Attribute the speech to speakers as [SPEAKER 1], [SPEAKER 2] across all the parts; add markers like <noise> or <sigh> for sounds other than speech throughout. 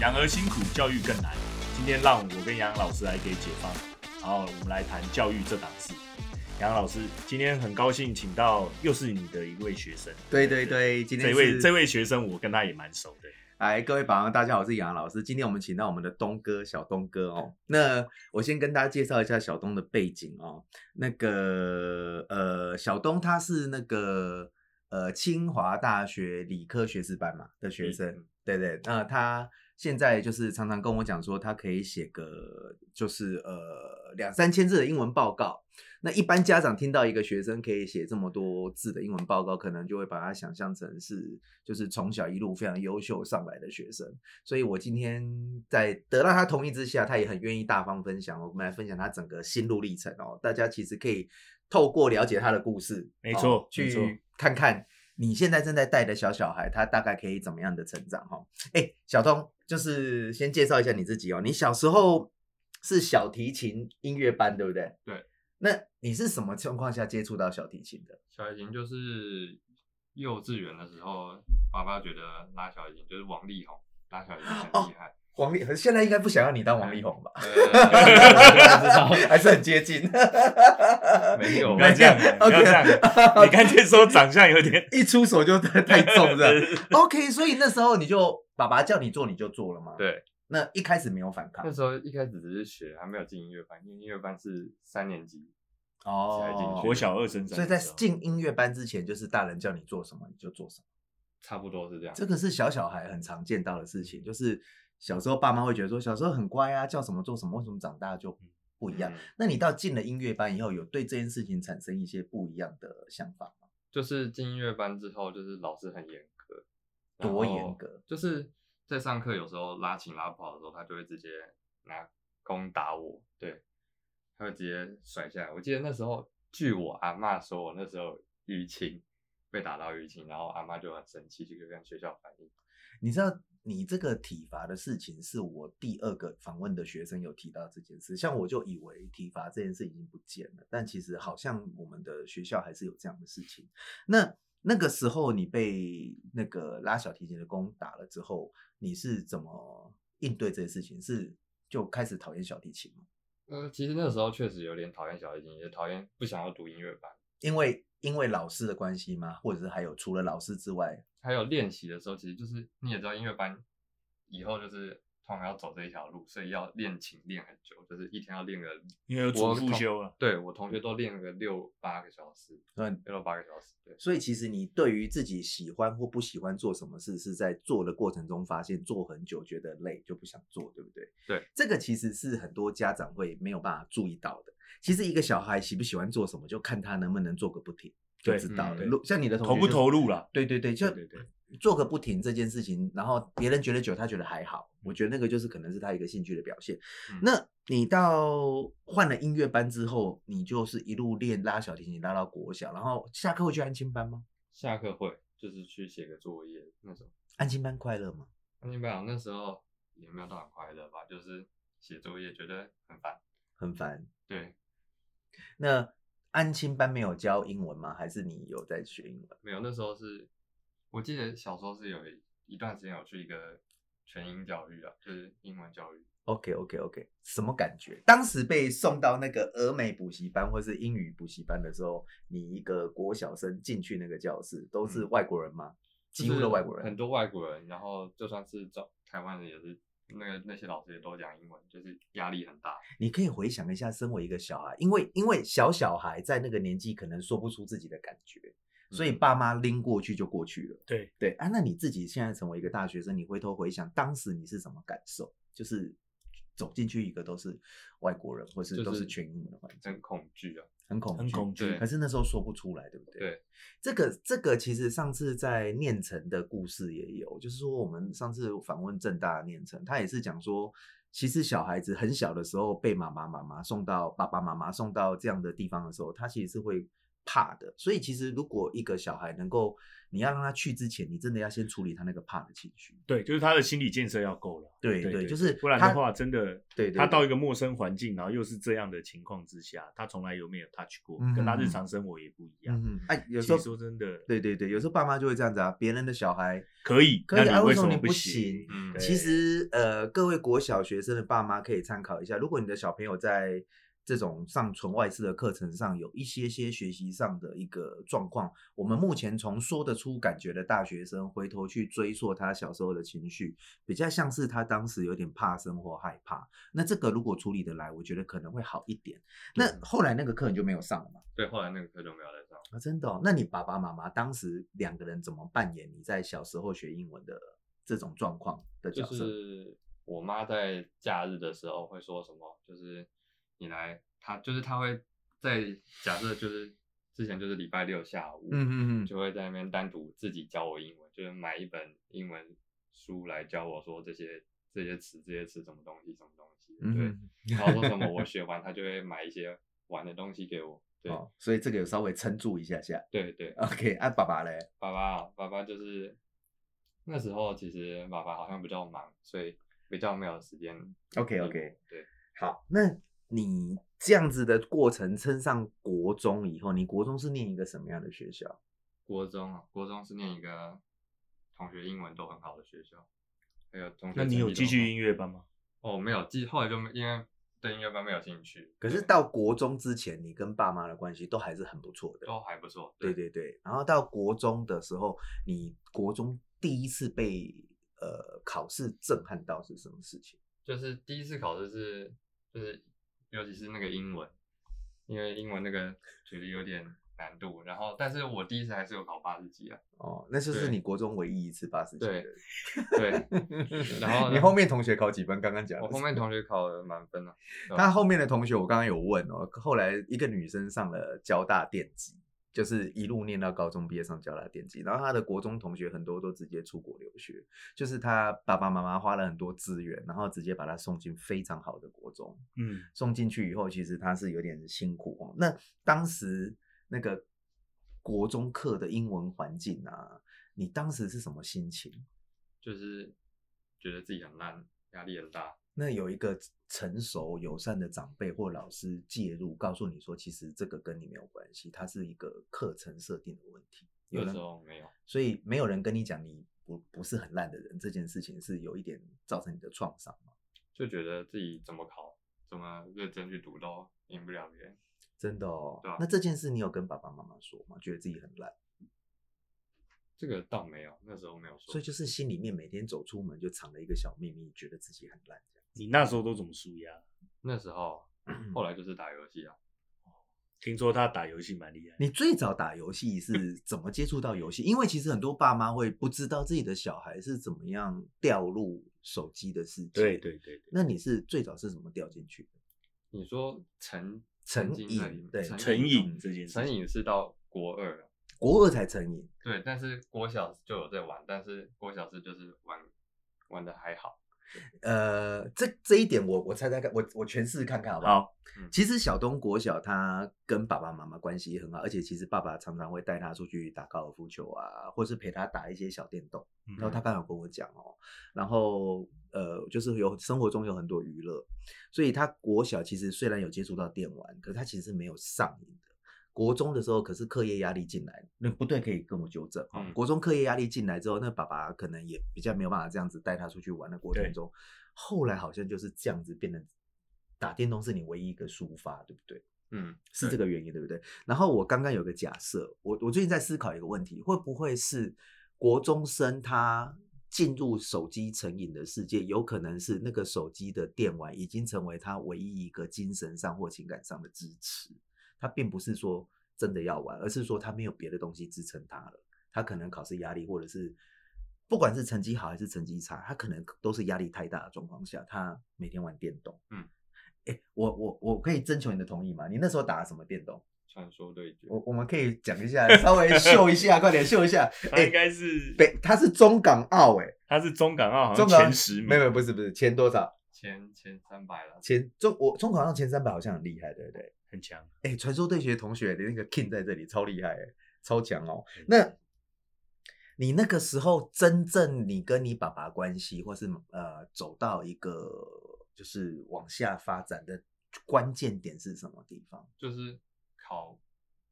[SPEAKER 1] 养儿辛苦，教育更难。今天让我跟杨老师来给解放，然后我们来谈教育这档事。杨老师，今天很高兴请到又是你的一位学生，
[SPEAKER 2] 对对对，今天
[SPEAKER 1] 这位
[SPEAKER 2] 是
[SPEAKER 1] 这位学生我跟他也蛮熟的。
[SPEAKER 2] 哎，各位榜样，大家好，我是杨老师。今天我们请到我们的东哥小东哥哦。那我先跟大家介绍一下小东的背景哦。那个呃，小东他是那个呃清华大学理科学士班嘛的学生，
[SPEAKER 1] 嗯
[SPEAKER 2] 对对。那他现在就是常常跟我讲说，他可以写个就是呃两三千字的英文报告。那一般家长听到一个学生可以写这么多字的英文报告，可能就会把他想象成是就是从小一路非常优秀上来的学生。所以我今天在得到他同意之下，他也很愿意大方分享。我们来分享他整个心路历程哦，大家其实可以透过了解他的故事，
[SPEAKER 1] 没错
[SPEAKER 2] 哦
[SPEAKER 1] 没错
[SPEAKER 2] 去看看你现在正在带的小小孩，他大概可以怎么样的成长哈、哦。哎，小东，就是先介绍一下你自己哦。你小时候是小提琴音乐班，对不对？
[SPEAKER 3] 对。
[SPEAKER 2] 那你是什么情况下接触到小提琴的？
[SPEAKER 3] 小提琴就是幼稚园的时候，爸爸觉得拉小提琴就是王力宏拉小提琴很厉害，
[SPEAKER 2] 王力，现在应该不想要你当王力宏吧？
[SPEAKER 1] 哦
[SPEAKER 3] 呃
[SPEAKER 2] 还是很接近。
[SPEAKER 3] <laughs> 没有
[SPEAKER 2] 哦
[SPEAKER 1] <laughs> 不要这样，啊不要这样，你干脆说长相有点
[SPEAKER 2] <laughs> 一出手就太太
[SPEAKER 3] <laughs>
[SPEAKER 2] 重了。OK，所以那时候你就爸爸叫你做你就做了吗？。
[SPEAKER 3] 对，
[SPEAKER 2] 那一开始没有反抗
[SPEAKER 3] 那时候一开始只是学，还没有进音乐班，因为音乐班是三年级，才进去
[SPEAKER 1] 哦国小二升三的时候，
[SPEAKER 2] 哦所以在进音乐班之前，就是大人叫你做什么你就做什么。
[SPEAKER 3] 差不多是这样。
[SPEAKER 2] 这个是小小孩很常见到的事情，就是小时候爸妈会觉得说小时候很乖啊，叫什么做什么，为什么长大就不一样？
[SPEAKER 3] 嗯
[SPEAKER 2] 那你到进了音乐班以后，有对这件事情产生一些不一样的想法吗？
[SPEAKER 3] 就是进音乐班之后，就是老师很严格，然
[SPEAKER 2] 多
[SPEAKER 3] 后
[SPEAKER 2] 严格？
[SPEAKER 3] 就是在上课有时候拉琴拉不好的时候，他就会直接拿弓打我，对，他会直接甩下来。我记得那时候，据我阿嬷说，我那时候淤青被打到淤青，然后阿嬷就很生气，就跟学校反映。
[SPEAKER 2] 你知道你这个体罚的事情，是我第二个访问的学生有提到这件事。像我就以为体罚这件事已经不见了，但其实好像我们的学校还是有这样的事情。那那个时候你被那个拉小提琴的弓打了之后，你是怎么应对这件事情？是就开始讨厌小提琴吗？
[SPEAKER 3] 呃，其实那时候确实有点讨厌小提琴，也讨厌不想要读音乐班。
[SPEAKER 2] 因为因为老师的关系吗？或者是还有除了老师之外，
[SPEAKER 3] 还有练习的时候，其实就是你也知道，音乐班以后就是通常要走这一条路，所以要练琴练很久，就是一天要练个。
[SPEAKER 1] 因为有主
[SPEAKER 3] 我
[SPEAKER 1] 副
[SPEAKER 3] 同
[SPEAKER 1] 修啊了，
[SPEAKER 3] 对我同学都练个六八个小时，
[SPEAKER 2] 嗯，
[SPEAKER 3] 六到八个小时，对。
[SPEAKER 2] 所以其实你对于自己喜欢或不喜欢做什么事，是在做的过程中发现做很久觉得累就不想做，对不对？
[SPEAKER 3] 对，
[SPEAKER 2] 这个其实是很多家长会没有办法注意到的。其实一个小孩喜不喜欢做什么，就看他能不能做个不停就
[SPEAKER 1] 对
[SPEAKER 2] 知道了。
[SPEAKER 3] 嗯
[SPEAKER 2] 如像你的同学
[SPEAKER 1] 投不
[SPEAKER 2] 就
[SPEAKER 1] 投入啦？
[SPEAKER 2] 对对对，就
[SPEAKER 3] 对对
[SPEAKER 2] 做个不停这件事情，然后别人觉得久，他觉得还好。我觉得那个就是可能是他一个兴趣的表现。
[SPEAKER 3] 嗯
[SPEAKER 2] 那你到换了音乐班之后，你就是一路练拉小提琴，拉到国小，然后下课会去安亲班吗？
[SPEAKER 3] 下课会就是去写个作业那种。
[SPEAKER 2] 安亲班快乐吗？
[SPEAKER 3] 安静班长那时候也没有到很快乐吧，就是写作业觉得很烦。
[SPEAKER 2] 很烦。
[SPEAKER 3] 对，
[SPEAKER 2] 那安亲班没有教英文吗？还是你有在学英文？
[SPEAKER 3] 没有那时候是，我记得小时候是有一一段时间有去一个全英教育啊，就是英文教育。
[SPEAKER 2] OK OK OK，什么感觉？当时被送到那个俄美补习班或是英语补习班的时候，你一个国小生进去那个教室，都是
[SPEAKER 3] 嗯
[SPEAKER 2] 外国人吗？
[SPEAKER 3] 就
[SPEAKER 2] 几乎
[SPEAKER 3] 是
[SPEAKER 2] 都外国人，
[SPEAKER 3] 很多外国人，然后就算是找台湾人也是，那个那些老师也都讲英文，就是压力很大。
[SPEAKER 2] 你可以回想一下，身为一个小孩，因为因为小小孩在那个年纪可能说不出自己的感觉，所以
[SPEAKER 3] 嗯
[SPEAKER 2] 爸妈拎过去就过去了。
[SPEAKER 1] 对
[SPEAKER 2] 对啊，那你自己现在成为一个大学生，你回头回想当时你是什么感受？就是走进去一个都是外国人，或是
[SPEAKER 3] 就
[SPEAKER 2] 都是
[SPEAKER 3] 是
[SPEAKER 2] 全英文的环境，
[SPEAKER 3] 很恐惧啊。
[SPEAKER 2] 很恐
[SPEAKER 1] 很
[SPEAKER 2] 惧。
[SPEAKER 1] 恐惧
[SPEAKER 3] 对。
[SPEAKER 2] 可是那时候说不出来，对不对？
[SPEAKER 3] 对，
[SPEAKER 2] 这个这个其实上次在念城的故事也有，就是说我们上次访问正大的念城，他也是讲说，其实小孩子很小的时候被妈妈妈妈送到爸爸妈妈送到这样的地方的时候，他其实是会怕的。所以其实如果一个小孩能够，你要让他去之前，你真的要先处理他那个怕的情绪。
[SPEAKER 1] 对，就是他的心理建设要够了。
[SPEAKER 2] 对
[SPEAKER 1] 对
[SPEAKER 2] 对，就是
[SPEAKER 1] 不然
[SPEAKER 2] 他
[SPEAKER 1] 的话，真的，
[SPEAKER 2] 对对
[SPEAKER 1] 他到
[SPEAKER 2] 对
[SPEAKER 1] 一个陌生环境，然后又是这样的情况之下，他从来有没有 touch 过，
[SPEAKER 2] 嗯
[SPEAKER 1] 跟他日
[SPEAKER 2] 嗯
[SPEAKER 1] 常生活也不一样
[SPEAKER 2] 嗯。哼，哎，有
[SPEAKER 1] 其
[SPEAKER 2] 时候
[SPEAKER 1] 实说真的
[SPEAKER 2] 对对对，有时候爸妈就会这样子啊，别人的小孩
[SPEAKER 1] 可以，
[SPEAKER 2] 可以
[SPEAKER 1] 那
[SPEAKER 2] 啊，
[SPEAKER 1] 你
[SPEAKER 2] 为
[SPEAKER 1] 什
[SPEAKER 2] 么
[SPEAKER 1] 么
[SPEAKER 2] 你不
[SPEAKER 1] 行
[SPEAKER 2] 行？？
[SPEAKER 3] 嗯
[SPEAKER 1] 对
[SPEAKER 2] 其实呃，各位国小学生的爸妈可以参考一下，如果你的小朋友在这种上纯外事的课程上有一些些学习上的一个状况，我们目前从说得出感觉的大学生回头去追溯他小时候的情绪，比较像是他当时有点怕生或害怕。那这个如果处理得来，我觉得可能会好一点。那后来那个课你就没有上了嘛？
[SPEAKER 3] 对，后来那个课就没有再上。
[SPEAKER 2] 啊，真的、哦？那你爸爸妈妈当时两个人怎么扮演你在小时候学英文的这种状况的角
[SPEAKER 3] 就
[SPEAKER 2] 色？
[SPEAKER 3] 是我妈在假日的时候会说什么，就是你来，她就是她会在假设就是之前就是礼拜六下午，
[SPEAKER 2] 嗯嗯嗯，
[SPEAKER 3] 就会在那边单独自己教我英文，就是买一本英文书来教我说这些这些词这些词什么东西什么东西，对，
[SPEAKER 2] 嗯，
[SPEAKER 3] 然后说什么我学完，她就会买一些玩的东西给我，对、
[SPEAKER 2] 哦，所以这个有稍微撑住一下 <laughs> 下。
[SPEAKER 3] 对对，
[SPEAKER 2] OK，啊，爸爸嘞，
[SPEAKER 3] 爸爸爸爸就是那时候其实爸爸好像比较忙，所以比较没有时间
[SPEAKER 2] OK，OK
[SPEAKER 3] 对对。
[SPEAKER 2] 好，那你这样子的过程升上国中以后，你国中是念一个什么样的学校？
[SPEAKER 3] 国中啊，国中是
[SPEAKER 2] 嗯
[SPEAKER 3] 念一个同学英文都很好的学校，还有同学
[SPEAKER 1] 那你有继续音
[SPEAKER 3] 乐？
[SPEAKER 1] 乐班吗？
[SPEAKER 3] 哦，没有继，后来就没因为对音乐班没有兴趣。
[SPEAKER 2] 可是
[SPEAKER 3] 对
[SPEAKER 2] 到国中之前，你跟爸妈的关系都还是很不错的。
[SPEAKER 3] 都还不错，
[SPEAKER 2] 对对对，然后到国中的时候，你国中第一次被呃考试震撼到是什么事情？
[SPEAKER 3] 就是第一次考试是就是尤其是那个英文，因为英文那个觉得有点难度，然后但是我第一次还是有考八十几啊，
[SPEAKER 2] 哦，那就是
[SPEAKER 3] 对
[SPEAKER 2] 你国中唯一一次八十几
[SPEAKER 3] 对
[SPEAKER 2] 的。 <laughs>
[SPEAKER 3] 对，然后
[SPEAKER 2] 你
[SPEAKER 3] 呢
[SPEAKER 2] 后面同学考几分？刚刚讲的
[SPEAKER 3] 我
[SPEAKER 2] 是
[SPEAKER 3] 后面同学考了满分啊，
[SPEAKER 2] 他后面的同学，我刚刚有问哦，后来一个女生上了交大电机，就是一路念到高中毕业上交大电机，然后她的国中同学很多都直接出国留学，就是她爸爸妈妈花了很多资源，然后直接把她送进非常好的国中，
[SPEAKER 1] 嗯，
[SPEAKER 2] 送进去以后，其实她是有点辛苦哦。那当时那个国中课的英文环境啊，你当时是什么心情？
[SPEAKER 3] 就是觉得自己很烂，压力很大，
[SPEAKER 2] 那有一个成熟友善的长辈或老师介入，告诉你说，其实这个跟你没有关系，它是一个课程设定的问题。有
[SPEAKER 3] 那
[SPEAKER 2] 人
[SPEAKER 3] 时，候没有。
[SPEAKER 2] 所以没有人跟你讲你不不是很烂的人这件事情，是有一点造成你的创伤嘛？
[SPEAKER 3] 就觉得自己怎么考、怎么认真去读都赢不了别人。
[SPEAKER 2] 真的哦
[SPEAKER 3] 对啊。
[SPEAKER 2] 那这件事你有跟爸爸妈妈说吗？觉得自己很烂，
[SPEAKER 3] 这个倒没有，那时候没有说。
[SPEAKER 2] 所以就是心里面每天走出门就藏了一个小秘密，觉得自己很烂这样。
[SPEAKER 1] 你那时候都怎么输呀？
[SPEAKER 3] 那时候，
[SPEAKER 2] <clears throat>
[SPEAKER 3] 后来就是打游戏啊，
[SPEAKER 1] 听说他打游戏蛮厉害，
[SPEAKER 2] 你最早打游戏是
[SPEAKER 1] 嗯
[SPEAKER 2] 怎么接触到游戏？因为其实很多爸妈会不知道自己的小孩是怎么样掉入手机的世界。
[SPEAKER 1] 对。对对对，
[SPEAKER 2] 那你是最早是怎么掉进去的？
[SPEAKER 3] 你说成
[SPEAKER 2] 成
[SPEAKER 3] 浸在里
[SPEAKER 2] 瘾
[SPEAKER 3] 面
[SPEAKER 2] 对
[SPEAKER 1] 成瘾
[SPEAKER 2] 嗯
[SPEAKER 1] 这件事情
[SPEAKER 3] 成瘾是到国二了，
[SPEAKER 2] 国二才成瘾，
[SPEAKER 3] 对，但是国小就有在玩，但是国小是就是玩玩的还好，
[SPEAKER 2] 呃，这这一点我我猜猜看，我我诠释看看好不好？
[SPEAKER 1] 好，
[SPEAKER 2] 其实小东国小他跟爸爸妈妈关系很好，而且其实爸爸常常会带他出去打高尔夫球啊，或是陪他打一些小电动。
[SPEAKER 1] 嗯
[SPEAKER 2] 然后他刚好跟我讲哦，然后呃，就是有生活中有很多娱乐，所以他国小其实虽然有接触到电玩，可是他其实是没有上瘾的。国中的时候，可是课业压力进来，那不对，可以跟我纠正哦。
[SPEAKER 3] 嗯
[SPEAKER 2] 国中课业压力进来之后，那爸爸可能也比较没有办法这样子带他出去玩。那国中
[SPEAKER 1] 对
[SPEAKER 2] 中，后来好像就是这样子变成打电动是你唯一一个抒发，对不对？
[SPEAKER 3] 嗯，
[SPEAKER 2] 是这个原因，对不对？然后我刚刚有个假设，我我最近在思考一个问题，会不会是国中生他进入手机成瘾的世界，有可能是那个手机的电玩已经成为他唯一一个精神上或情感上的支持，他并不是说真的要玩，而是说他没有别的东西支撑他了，他可能考试压力或者是。不管是成绩好还是成绩差，他可能都是压力太大的状况下，他每天玩电动。哎、我我我可以征求你的同意吗？你那时候打了什么电动？
[SPEAKER 3] 传说对决，
[SPEAKER 2] 我我们可以讲一下，稍微秀一下， <laughs> 快点秀一下。
[SPEAKER 1] 他
[SPEAKER 2] 哎、
[SPEAKER 1] 应该是
[SPEAKER 2] 北，他是中港澳、哎，
[SPEAKER 1] 他是中港澳好像
[SPEAKER 2] 中港
[SPEAKER 1] 前十名，
[SPEAKER 2] 没有没有，不是不是，前多少？
[SPEAKER 3] 前前三百了，
[SPEAKER 2] 前中我中港澳前三百好像很厉害，对不对？
[SPEAKER 1] 很强。
[SPEAKER 2] 哎、传说对决同学的那个 King 在这里超厉害欸，超强哦。
[SPEAKER 1] 嗯
[SPEAKER 2] 那你那个时候真正你跟你爸爸关系，或是呃走到一个就是往下发展的关键点是什么地方？
[SPEAKER 3] 就是考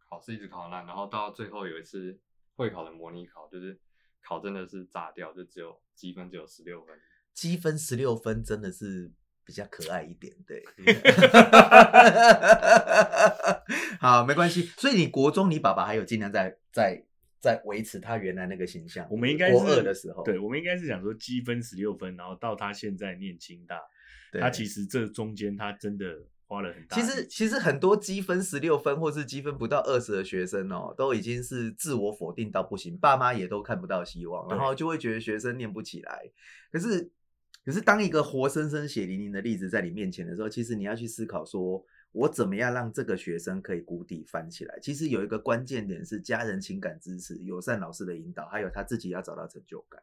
[SPEAKER 3] 考试一直考很烂，然后到最后有一次会考的模拟考，就是考真的是炸掉，就只有积分只有十六分，
[SPEAKER 2] 积分十六分真的是比较可爱一点，对。
[SPEAKER 1] 嗯
[SPEAKER 2] <laughs> 好，没关系。所以你国中，你爸爸还有尽量在在在维持他原来那个形象。
[SPEAKER 1] 我们应该是
[SPEAKER 2] 国二的时候，
[SPEAKER 1] 对，我们应该是想说积分十六分，然后到他现在念清大，
[SPEAKER 2] 对，
[SPEAKER 1] 他其实这中间他真的花了很大
[SPEAKER 2] 其
[SPEAKER 1] 力气。
[SPEAKER 2] 实其实很多积分十六分或是积分不到二十的学生哦，都已经是自我否定到不行，爸妈也都看不到希望，
[SPEAKER 1] 对
[SPEAKER 2] 然后就会觉得学生念不起来。可是可是当一个活生生血淋淋的例子在你面前的时候，其实你要去思考说。我怎么样让这个学生可以谷底翻起来？其实有一个关键点是家人情感支持、友善老师的引导，还有他自己要找到成就感。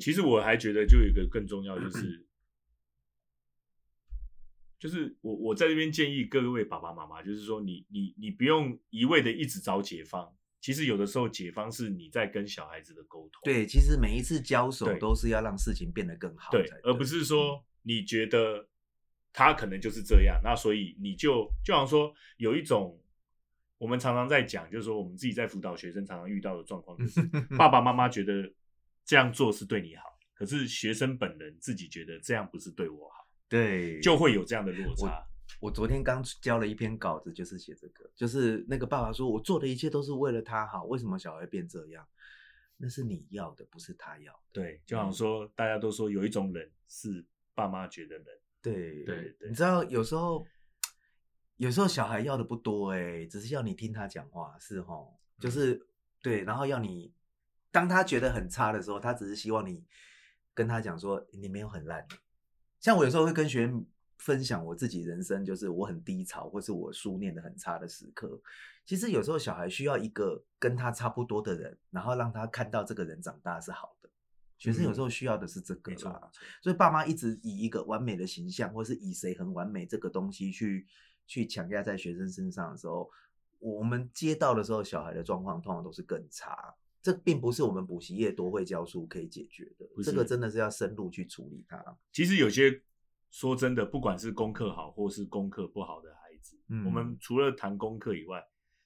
[SPEAKER 1] 其实我还觉得，就有一个更重要，就是 <clears throat> 就是我我在这边建议各位爸爸妈妈，就是说你你你不用一味的一直找解方，其实有的时候解方是你在跟小孩子的沟通，
[SPEAKER 2] 对，其实每一次交手
[SPEAKER 1] 对
[SPEAKER 2] 都是要让事情变得更好才
[SPEAKER 1] 对，而不是说你觉得他可能就是这样，那所以你就就好像说有一种我们常常在讲，就是说我们自己在辅导学生常常遇到的状况，就是爸爸妈妈觉得这样做是对你好，可是学生本人自己觉得这样不是对我好，
[SPEAKER 2] 对，
[SPEAKER 1] 就会有这样的落差。
[SPEAKER 2] 我昨天刚交了一篇稿子，就是写这个，就是那个爸爸说，我做的一切都是为了他好，为什么小孩变这样？那是你要的，不是他要的。
[SPEAKER 1] 对，就好像说大家都说有一种人是爸妈觉得人，
[SPEAKER 2] 对
[SPEAKER 3] 对
[SPEAKER 1] 对
[SPEAKER 2] 你知道有时候，有时候小孩要的不多哎、只是要你听他讲话，是吼，就是、对，然后要你，当他觉得很差的时候，他只是希望你跟他讲说你没有很烂。像我有时候会跟学员分享我自己人生，就是我很低潮，或是我书念的很差的时刻。其实有时候小孩需要一个跟他差不多的人，然后让他看到这个人长大是好的。学生有时候需要的是这
[SPEAKER 1] 嗯
[SPEAKER 2] 个
[SPEAKER 1] 没错
[SPEAKER 2] 啦，所以爸妈一直以一个完美的形象，或是以谁很完美这个东西去去强压在学生身上的时候，我们接到的时候，小孩的状况通常都是更差。这并不是我们补习业多会教书可以解决的
[SPEAKER 1] 不，
[SPEAKER 2] 这
[SPEAKER 1] 是
[SPEAKER 2] 个真的是要深入去处理它。
[SPEAKER 1] 其实有些说真的，不管是功课好或是功课不好的孩子，
[SPEAKER 2] 嗯
[SPEAKER 1] 我们除了谈功课以外，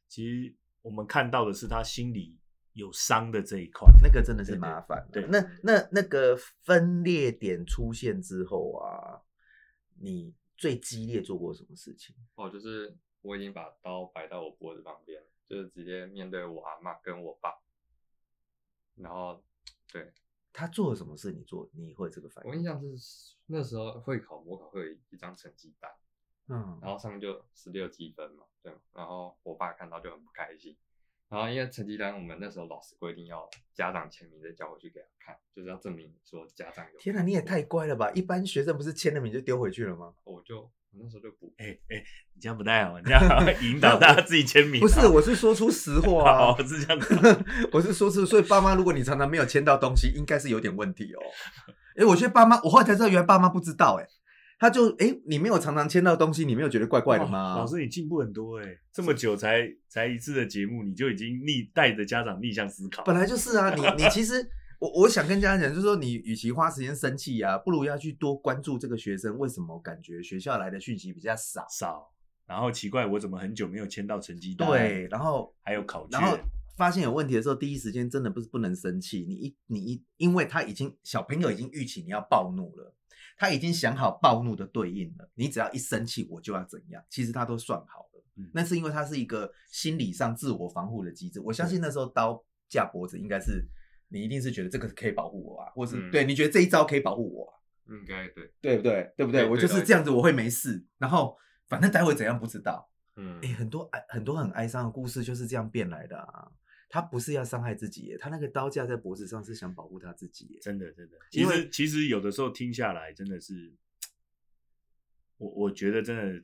[SPEAKER 1] 其实我们看到的是他心里有伤的这一块。
[SPEAKER 2] 那个真的是
[SPEAKER 1] 对对
[SPEAKER 2] 麻烦了。
[SPEAKER 1] 对
[SPEAKER 2] 那那那个分裂点出现之后啊，你最激烈做过什么事情？
[SPEAKER 3] 哦，就是我已经把刀摆到我脖子旁边了，就是直接面对我阿妈跟我爸，然后
[SPEAKER 2] 他做了什么事？你做你会这个反
[SPEAKER 3] 我
[SPEAKER 2] 应？
[SPEAKER 3] 印象是那时候会考模考会有一张成绩单，
[SPEAKER 2] 嗯
[SPEAKER 1] 哦
[SPEAKER 3] 然后上面就十六积分嘛，对吗？然后我爸看到就很不开心，然后因为成绩单我们那时候老师规定要家长签名再交回去给他看，就是要证明说家长有。
[SPEAKER 2] 天哪、你也太乖了吧！一般学生不是签了名就丢回去了吗？
[SPEAKER 3] 我就我那时候就不
[SPEAKER 1] 哎哎，你这样不太好，你这
[SPEAKER 2] <laughs>
[SPEAKER 1] 样引导大家自己签名。
[SPEAKER 2] 不是，我是说出
[SPEAKER 1] <laughs>
[SPEAKER 2] 实话啊
[SPEAKER 1] 哦，！是这样子。
[SPEAKER 2] <laughs> 我是说出，所以爸妈，如果你常常没有签到东西，应该是有点问题哦。哎、我觉得爸妈，我后来才知道，原来爸妈不知道、哎，他就哎、你没有常常签到东西，你没有觉得怪怪的
[SPEAKER 1] 哇
[SPEAKER 2] 吗？
[SPEAKER 1] 哦老师，你进步很多哎、这么久才才一次的节目，你就已经逆带着家长逆向思考。
[SPEAKER 2] 本来就是啊，你你其实我我想跟家长讲，就是说你与其花时间生气啊，不如要去多关注这个学生为什么感觉学校来的讯息比较少。
[SPEAKER 1] 少，然后奇怪，我怎么很久没有签到成绩单？
[SPEAKER 2] 对，然后
[SPEAKER 1] 还有考卷
[SPEAKER 2] 然后发现有问题的时候，第一时间真的不是不能生气，你一你一，因为他已经小朋友已经预期你要暴怒了，他已经想好暴怒的对应了，你只要一生气我就要怎样，其实他都算好了。
[SPEAKER 1] 嗯
[SPEAKER 2] 那是因为他是一个心理上自我防护的机制，我相信那时候刀架脖子应该是你一定是觉得这个可以保护我啊，或是、
[SPEAKER 3] 嗯
[SPEAKER 2] 对你觉得这一招可以保护我、啊，
[SPEAKER 3] 应该对，
[SPEAKER 2] 对不对？对不对？
[SPEAKER 3] 对
[SPEAKER 2] 我就
[SPEAKER 3] 对
[SPEAKER 2] 是
[SPEAKER 3] 对
[SPEAKER 2] 这样子，我会没事。然后反正待会怎样不知道。
[SPEAKER 3] 嗯
[SPEAKER 2] 哎、，很多哀很多很哀伤的故事就是这样变来的啊。他不是要伤害自己耶，他那个刀架在脖子上是想保护他自己耶。
[SPEAKER 1] 真的真的，其
[SPEAKER 2] 因为
[SPEAKER 1] 实其实有的时候听下来，真的是，我我觉得真的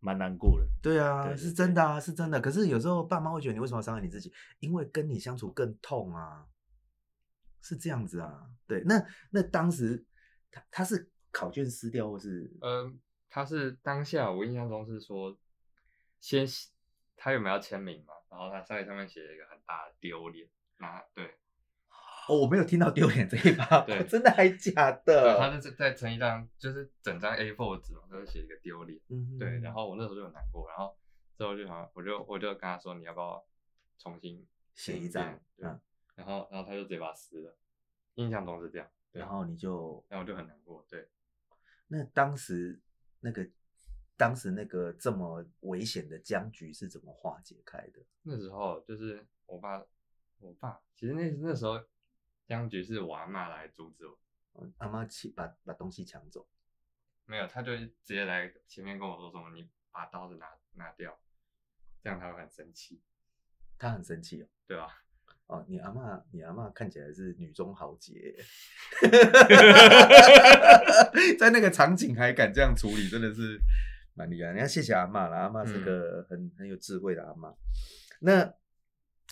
[SPEAKER 1] 蛮难过的。
[SPEAKER 2] 对啊，
[SPEAKER 1] 对对
[SPEAKER 2] 是真的啊，是真的。可是有时候爸妈会觉得你为什么要伤害你自己？因为跟你相处更痛啊，是这样子啊。对，那那当时他他是考卷撕掉或是
[SPEAKER 3] 呃，他是当下我印象中是说先他有没有要签名嘛，然后他上面上面写了一个很大的丢脸，那对，
[SPEAKER 2] 哦，我没有听到丢脸这一趴，
[SPEAKER 3] 对
[SPEAKER 2] <laughs> 真的还假
[SPEAKER 3] 对，他
[SPEAKER 2] 的？
[SPEAKER 3] 是在成一张就是整张 A4 纸嘛，他就写一个丢脸，
[SPEAKER 2] 嗯
[SPEAKER 3] 对，然后我那时候就很难过，然后之后就好像我就我就跟他说你要不要重新
[SPEAKER 2] 写
[SPEAKER 3] 签
[SPEAKER 2] 一张
[SPEAKER 3] 遍，对
[SPEAKER 2] 嗯，
[SPEAKER 3] 然后然后他就直接把它撕了，印象中是这样，对
[SPEAKER 2] 然后你就
[SPEAKER 3] 然后我就很难过，对，
[SPEAKER 2] 那当时那个当时那个这么危险的僵局是怎么化解开的？
[SPEAKER 3] 那时候就是我爸，我爸其实那那时候僵局是我阿妈来阻止我，
[SPEAKER 2] 嗯阿妈去把把东西抢走，
[SPEAKER 3] 没有，他就直接来前面跟我说什么你把刀子拿拿掉，这样他会很生气，
[SPEAKER 2] 她很生气哦。
[SPEAKER 3] 对吧？
[SPEAKER 2] 哦，你阿妈，你阿妈看起来是女中豪杰，欸 <laughs> 在那个场景还敢这样处理，真的是蛮厉害。你要谢谢阿妈啦，阿妈是个很、很有智慧的阿妈。那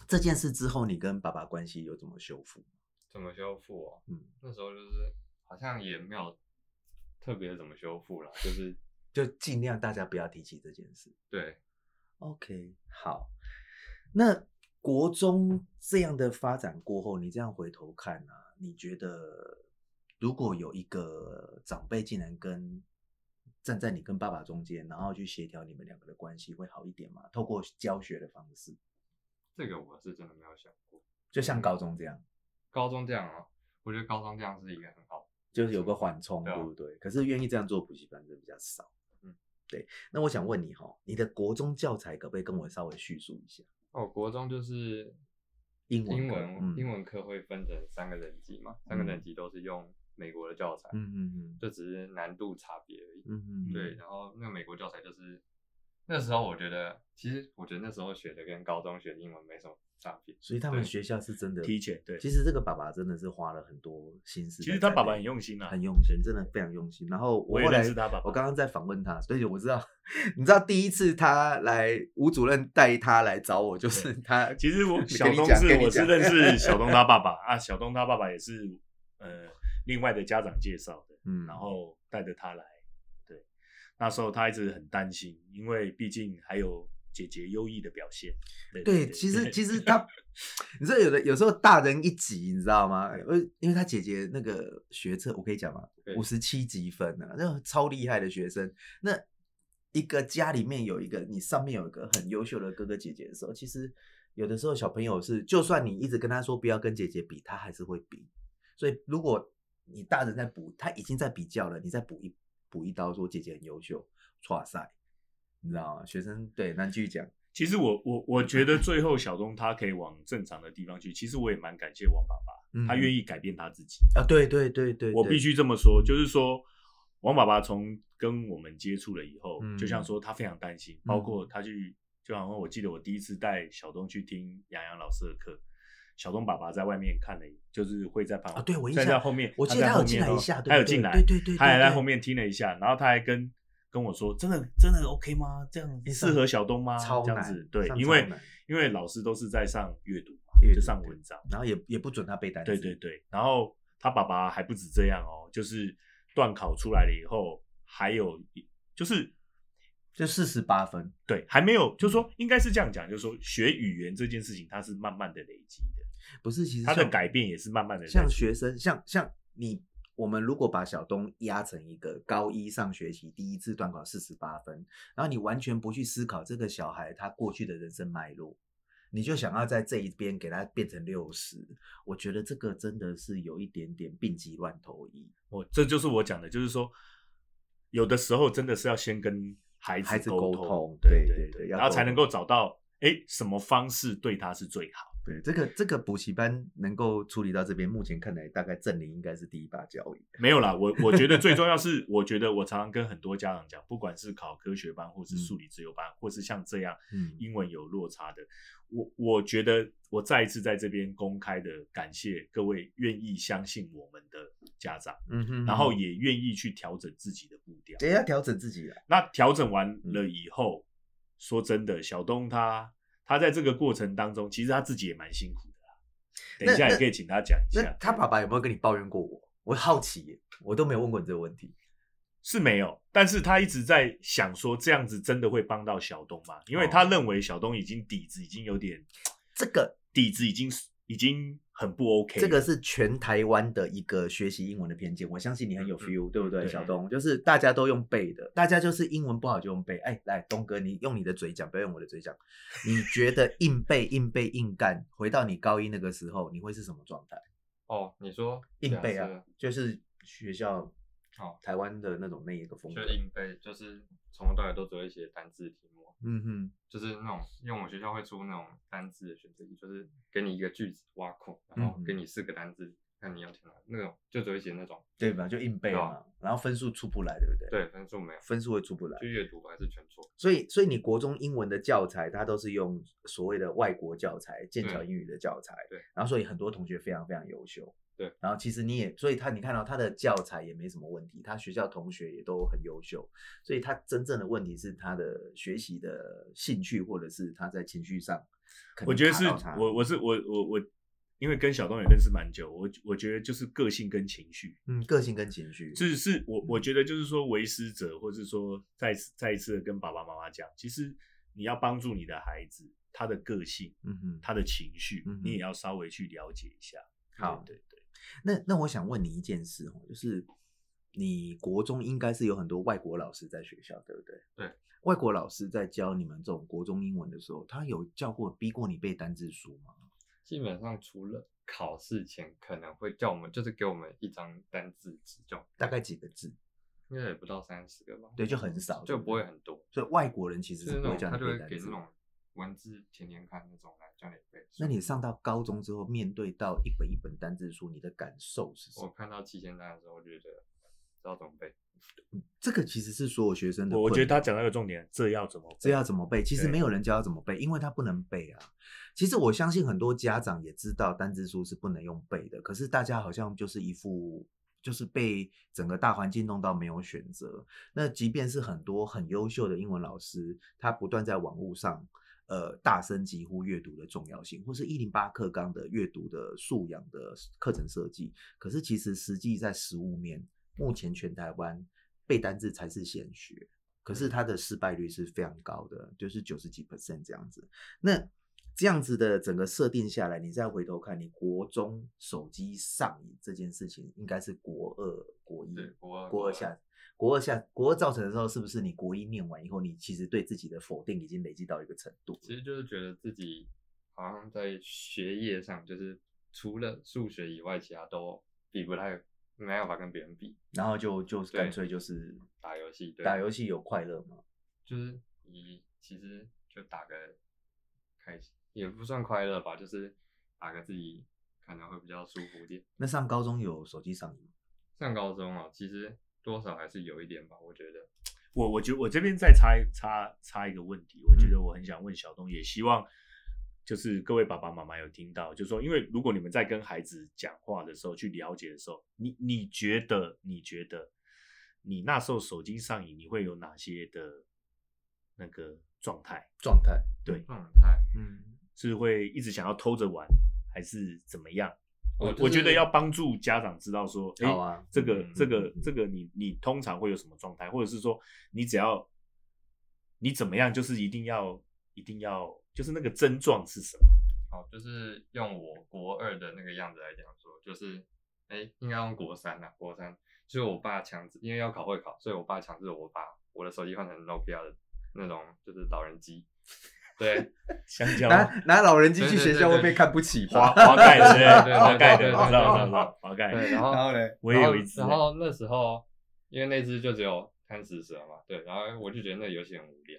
[SPEAKER 2] 这件事之后，你跟爸爸关系有怎么修复？
[SPEAKER 3] 怎么修复哦？
[SPEAKER 2] 嗯，
[SPEAKER 3] 那时候就是好像也没有特别怎么修复啦，就是
[SPEAKER 2] 就尽量大家不要提起这件事。
[SPEAKER 3] 对，
[SPEAKER 2] OK，好。那国中这样的发展过后，你这样回头看啊，你觉得如果有一个长辈竟然跟站在你跟爸爸中间，然后去协调你们两个的关系，会好一点吗？透过教学的方式，
[SPEAKER 3] 这个我是真的没有想过。
[SPEAKER 2] 就像高中这样，
[SPEAKER 3] 高中这样哦，我觉得高中这样是一个很好，
[SPEAKER 2] 就是有个缓冲，
[SPEAKER 3] 对啊
[SPEAKER 2] 对不对？可是愿意这样做补习班的比较少。
[SPEAKER 3] 嗯，
[SPEAKER 2] 对。那我想问你哈、你的国中教材可不可以跟我稍微叙述一下？
[SPEAKER 3] 哦，国中就是
[SPEAKER 2] 英文
[SPEAKER 3] 英
[SPEAKER 2] 课
[SPEAKER 3] 文、
[SPEAKER 2] 嗯
[SPEAKER 3] 英文课会分成三个等级嘛，三个等级都是用美国的教材，
[SPEAKER 2] 嗯嗯嗯
[SPEAKER 3] 就只是难度差别而已。
[SPEAKER 2] 嗯嗯，
[SPEAKER 3] 对，然后那个美国教材就是那时候我觉得，其实我觉得那时候学的跟高中学的英文没什么差别。
[SPEAKER 2] 所以他们
[SPEAKER 3] 对
[SPEAKER 2] 学校是真的
[SPEAKER 1] 提前对
[SPEAKER 2] 其实这个爸爸真的是花了很多心思在
[SPEAKER 1] 其
[SPEAKER 2] 这里。
[SPEAKER 1] 实他爸爸很用心啊
[SPEAKER 2] 很用心，真的非常用心。然后
[SPEAKER 1] 我
[SPEAKER 2] 我
[SPEAKER 1] 也
[SPEAKER 2] 后来
[SPEAKER 1] 认识他爸爸
[SPEAKER 2] 我刚刚在访问他，所以我知道，你知道第一次他来吴主任带他来找我，就是他
[SPEAKER 1] 其实我
[SPEAKER 2] 你
[SPEAKER 1] 小
[SPEAKER 2] 跟你
[SPEAKER 1] 东
[SPEAKER 2] 讲
[SPEAKER 1] 是
[SPEAKER 2] 跟你
[SPEAKER 1] 我是
[SPEAKER 2] 讲
[SPEAKER 1] 认识
[SPEAKER 2] <laughs>
[SPEAKER 1] 小东他爸爸啊，小东他爸爸也是呃另外的家长介绍的，
[SPEAKER 2] 嗯，
[SPEAKER 1] 然后带着他来。对，那时候他一直很担心，因为毕竟还有姐姐优异的表现。对
[SPEAKER 2] 对，其实
[SPEAKER 1] 对
[SPEAKER 2] 其
[SPEAKER 1] <laughs>
[SPEAKER 2] 实他，你知道有的有时候大人一级，你知道吗？呃，因为他姐姐那个学测，我可以讲吗？
[SPEAKER 3] 对
[SPEAKER 2] 五十七级分啊，那种超厉害的学生。那一个家里面有一个，你上面有一个很优秀的哥哥姐姐的时候，其实有的时候小朋友是，就算你一直跟他说不要跟姐姐比，他还是会比。所以如果你大人在补，他已经在比较了，你再补一补一刀，说姐姐很优秀，哇塞，你知道吗？学生对，那你继续讲，
[SPEAKER 1] 其实我我我觉得最后小东他可以往正常的地方去，其实我也蛮感谢王爸爸，
[SPEAKER 2] 嗯
[SPEAKER 1] 他愿意改变他自己。
[SPEAKER 2] 啊，对对对对，
[SPEAKER 1] 我
[SPEAKER 2] 对
[SPEAKER 1] 必须这么说，就是说，王爸爸从跟我们接触了以后，
[SPEAKER 2] 嗯
[SPEAKER 1] 就像说他非常担心，包括他去，就好像我记得我第一次带小东去听杨洋老师的课，小东爸爸在外面看了，就是会在旁
[SPEAKER 2] 啊，对我印
[SPEAKER 1] 站
[SPEAKER 2] 象
[SPEAKER 1] 在后面，
[SPEAKER 2] 我记得
[SPEAKER 1] 在
[SPEAKER 2] 他有
[SPEAKER 1] 后
[SPEAKER 2] 进
[SPEAKER 1] 面
[SPEAKER 2] 来一
[SPEAKER 1] 哦
[SPEAKER 2] 下，对
[SPEAKER 1] 他有
[SPEAKER 2] 不对
[SPEAKER 1] 进来，
[SPEAKER 2] 对对对，
[SPEAKER 1] 他还
[SPEAKER 2] 对
[SPEAKER 1] 在
[SPEAKER 2] 对
[SPEAKER 1] 后面听了一下，然后他还跟跟我说，真的真的 OK 吗？这样
[SPEAKER 2] 上
[SPEAKER 1] 适合小东吗？
[SPEAKER 2] 超
[SPEAKER 1] 这样
[SPEAKER 2] 难
[SPEAKER 1] 子，对
[SPEAKER 2] 上，
[SPEAKER 1] 因
[SPEAKER 2] 超
[SPEAKER 1] 为
[SPEAKER 2] 难
[SPEAKER 1] 因为老师都是在上阅读嘛，
[SPEAKER 2] 阅
[SPEAKER 1] 就
[SPEAKER 2] 读
[SPEAKER 1] 上
[SPEAKER 2] 对
[SPEAKER 1] 文章。
[SPEAKER 2] 然后也也不准他背单词，
[SPEAKER 1] 对对对，然后他爸爸还不止这样哦，就是段考出来了以后，还有就是
[SPEAKER 2] 就四十八分，
[SPEAKER 1] 对还没有，就是
[SPEAKER 2] 嗯
[SPEAKER 1] 说应该是这样讲，就是说学语言这件事情，它是慢慢的累积的，
[SPEAKER 2] 不是，其实
[SPEAKER 1] 它的
[SPEAKER 2] 像
[SPEAKER 1] 改变也是慢慢的。
[SPEAKER 2] 像学生，像像你，我们如果把小东压成一个高一上学期第一次段考四十八分，然后你完全不去思考这个小孩他过去的人生脉络，你就想要在这一边给他变成六十，我觉得这个真的是有一点点病急乱投医。
[SPEAKER 1] 我这就是我讲的，就是说有的时候真的是要先跟孩
[SPEAKER 2] 孩子
[SPEAKER 1] 沟
[SPEAKER 2] 沟通
[SPEAKER 1] 对
[SPEAKER 2] 对对
[SPEAKER 1] 对，
[SPEAKER 2] 对要
[SPEAKER 1] 然后才
[SPEAKER 2] 沟
[SPEAKER 1] 能够找到哎什么方式对他是最好。
[SPEAKER 2] 对，这个这个补习班能够处理到这边，目前看来大概正林应该是第一把交椅。
[SPEAKER 1] 没有啦，我我觉得最重要是，我觉得我常常跟很多家长讲，不管是考科学班，或是数理自由班，或是像这样
[SPEAKER 2] 嗯
[SPEAKER 1] 英文有落差的，我我觉得我再一次在这边公开的感谢各位愿意相信我们的家长，
[SPEAKER 2] 嗯哼
[SPEAKER 1] 然后也愿意去调整自己的步调。
[SPEAKER 2] 也要调整自己了。
[SPEAKER 1] 那调整完了
[SPEAKER 2] 嗯
[SPEAKER 1] 以后，说真的，小东他他在这个过程当中，其实他自己也蛮辛苦的啦。啊等一下
[SPEAKER 2] 那
[SPEAKER 1] 也可以请他讲一
[SPEAKER 2] 那
[SPEAKER 1] 下，
[SPEAKER 2] 他爸爸有没有跟你抱怨过我？我好奇耶，我都没有问过你这个问题。
[SPEAKER 1] 是没有，但是他一直在想说这样子真的会帮到小东吗？因为他认为小东已经底子已经有点，
[SPEAKER 2] 哦这个
[SPEAKER 1] 底子已经已经很不 OK 了。
[SPEAKER 2] 这个是全台湾的一个学习英文的偏见，我相信你很有
[SPEAKER 3] 嗯
[SPEAKER 2] feel，、对不对，
[SPEAKER 3] 对
[SPEAKER 2] 小东？就是大家都用背的，大家就是英文不好就用背。哎，来，东哥，你用你的嘴讲，不要用我的嘴讲。你觉得硬背、硬背、硬干，回到你高一那个时候，你会是什么状态？
[SPEAKER 3] 哦，你说
[SPEAKER 2] 硬背
[SPEAKER 3] 假
[SPEAKER 2] 啊
[SPEAKER 3] 设，
[SPEAKER 2] 就是学校
[SPEAKER 3] 哦
[SPEAKER 2] 台湾的那种那一个风格
[SPEAKER 3] 就。硬背，就是从头到尾都只会写单字题目，
[SPEAKER 2] 嗯哼，
[SPEAKER 3] 就是那种，因为我们学校会出那种单字的选择题，就是给你一个句子挖空，然后
[SPEAKER 2] 嗯
[SPEAKER 3] 给你四个单字，看你要填哪个那种，就只会写那种。
[SPEAKER 2] 对吧？就硬背
[SPEAKER 3] 对啊
[SPEAKER 2] 嘛，然后分数出不来，对不对？，
[SPEAKER 3] 对，分数没有，
[SPEAKER 2] 分数会出不来。
[SPEAKER 3] 就阅读还是全错。
[SPEAKER 2] 所以，所以你国中英文的教材，它都是用所谓的外国教材、剑桥
[SPEAKER 3] 对
[SPEAKER 2] 英语的教材，
[SPEAKER 3] 对
[SPEAKER 2] 然后，所以很多同学非常非常优秀，
[SPEAKER 3] 对。
[SPEAKER 2] 然后，其实你也，所以他你看到他的教材也没什么问题，他学校同学也都很优秀，所以他真正的问题是他的学习的兴趣，或者是他在情绪上可能卡到
[SPEAKER 1] 我觉得
[SPEAKER 2] 他，
[SPEAKER 1] 是我我是我我我，因为跟小东也认识蛮久，我我觉得就是个性跟情绪，
[SPEAKER 2] 嗯个性跟情绪，
[SPEAKER 1] 是是我
[SPEAKER 2] 嗯
[SPEAKER 1] 我觉得就是说为师者，或是说再次再一次地跟爸爸妈妈讲，其实你要帮助你的孩子，他的个性、
[SPEAKER 2] 嗯哼，
[SPEAKER 1] 他的情绪
[SPEAKER 2] 嗯哼，
[SPEAKER 1] 你也要稍微去了解一下。
[SPEAKER 2] 好
[SPEAKER 1] 对对对，
[SPEAKER 2] 那那我想问你一件事哦，就是你国中应该是有很多外国老师在学校，对不对？
[SPEAKER 3] 对，
[SPEAKER 2] 外国老师在教你们这种国中英文的时候，他有教过、逼过你背单字书吗？
[SPEAKER 3] 基本上除了考试前可能会叫我们，就是给我们一张单字纸，就
[SPEAKER 2] 大概几个字？
[SPEAKER 3] 应该也不到三十个吧。
[SPEAKER 2] 对，就很少，对
[SPEAKER 3] 就不会。很多，
[SPEAKER 2] 所以外国人其实
[SPEAKER 3] 就
[SPEAKER 2] 是
[SPEAKER 3] 是那
[SPEAKER 2] 不会
[SPEAKER 3] 种
[SPEAKER 2] 叫
[SPEAKER 3] 他
[SPEAKER 2] 你
[SPEAKER 3] 就
[SPEAKER 2] 背
[SPEAKER 3] 会
[SPEAKER 2] 单
[SPEAKER 3] 给那
[SPEAKER 2] 字。
[SPEAKER 3] 种文字填填看那种来叫你背。
[SPEAKER 2] 那你上到高中之后，面对到一本一本单字书，你的感受是什
[SPEAKER 3] 我
[SPEAKER 2] 么？
[SPEAKER 3] 看到七千单的时候，我就觉得知道怎么背。
[SPEAKER 2] 这个其实是所有学生的
[SPEAKER 1] 我我
[SPEAKER 2] 困
[SPEAKER 1] 觉得
[SPEAKER 2] 扰
[SPEAKER 1] 他讲到一个重点，这要怎么办？
[SPEAKER 2] 这要怎么背？其实
[SPEAKER 1] 对
[SPEAKER 2] 没有人教要怎么背，因为他不能背啊。其实我相信很多家长也知道单字书是不能用背的，可是大家好像就是一副就是被整个大环境弄到没有选择。那即便是很多很优秀的英文老师，他不断在网络上。呃，大声疾呼阅读的重要性，或是一零八课纲的阅读的素养的课程设计，可是其实实际在实物面，目前全台湾背单字才是显学。可是它的失败率是非常高的，就是九十几 percent 这样子。那这样子的整个设定下来，你再回头看，你国中手机上瘾这件事情，应该是国二、国一、
[SPEAKER 3] 对，国二
[SPEAKER 2] 嗯国二下、国二下、国二造成的时候，是不是你国一念完以后，你其实对自己的否定已经累积到一个程度了？
[SPEAKER 3] 其实就是觉得自己好像在学业上，就是除了数学以外，其他都比不太，没办法跟别人比。
[SPEAKER 2] 然后就就是干
[SPEAKER 3] 对
[SPEAKER 2] 脆就是
[SPEAKER 3] 打游戏，对，
[SPEAKER 2] 打游戏有快乐吗？
[SPEAKER 3] 就是你其实就打个开心，也不算快乐吧，就是打个自己可能会比较舒服点。
[SPEAKER 2] 那上高中有手机上瘾吗？
[SPEAKER 3] 上高中啊，其实多少还是有一点吧，我觉得。
[SPEAKER 1] 我我觉得我这边再插一插插一个问题，我觉
[SPEAKER 2] 嗯
[SPEAKER 1] 得我很想问小东，也希望就是各位爸爸妈妈有听到，就是说，因为如果你们在跟孩子讲话的时候去了解的时候，你你觉得你觉得你那时候手机上瘾，你会有哪些的那个状态？
[SPEAKER 2] 状态，
[SPEAKER 1] 对，
[SPEAKER 3] 状态，
[SPEAKER 2] 嗯，
[SPEAKER 1] 是会一直想要偷着玩，还是怎么样？
[SPEAKER 3] 哦
[SPEAKER 1] 我
[SPEAKER 3] 就是
[SPEAKER 1] 我觉得要帮助家长知道说，哎、
[SPEAKER 2] 好啊
[SPEAKER 1] 这个
[SPEAKER 3] 嗯
[SPEAKER 1] 这个这个你你通常会有什么状态，或者是说你只要你怎么样，就是一定要一定要，就是那个症状是什么？
[SPEAKER 3] 好，就是用我国二的那个样子来讲说，就是，哎，应该用国三啦，国三，就是我爸强制，因为要考会考，所以我爸强制我把我的手机换成 Nokia 的那种，就是老人机，对，
[SPEAKER 1] 香蕉
[SPEAKER 2] 拿拿老人机
[SPEAKER 3] 对
[SPEAKER 2] 去
[SPEAKER 3] 对
[SPEAKER 2] 学
[SPEAKER 3] 对
[SPEAKER 2] 校会
[SPEAKER 3] 对
[SPEAKER 2] 被看不起吧？
[SPEAKER 1] 滑滑
[SPEAKER 2] <laughs>
[SPEAKER 1] 盖的，对不对滑
[SPEAKER 3] 对对
[SPEAKER 1] 盖的，
[SPEAKER 3] 对对
[SPEAKER 1] 我知道，
[SPEAKER 3] 对
[SPEAKER 1] 我知道，滑盖。
[SPEAKER 3] 对，然后
[SPEAKER 2] 后嘞，
[SPEAKER 1] 我也有一次欸
[SPEAKER 3] 然，后。然后那时候，因为那只就只有贪食蛇嘛，对，然后我就觉得那游戏很无聊。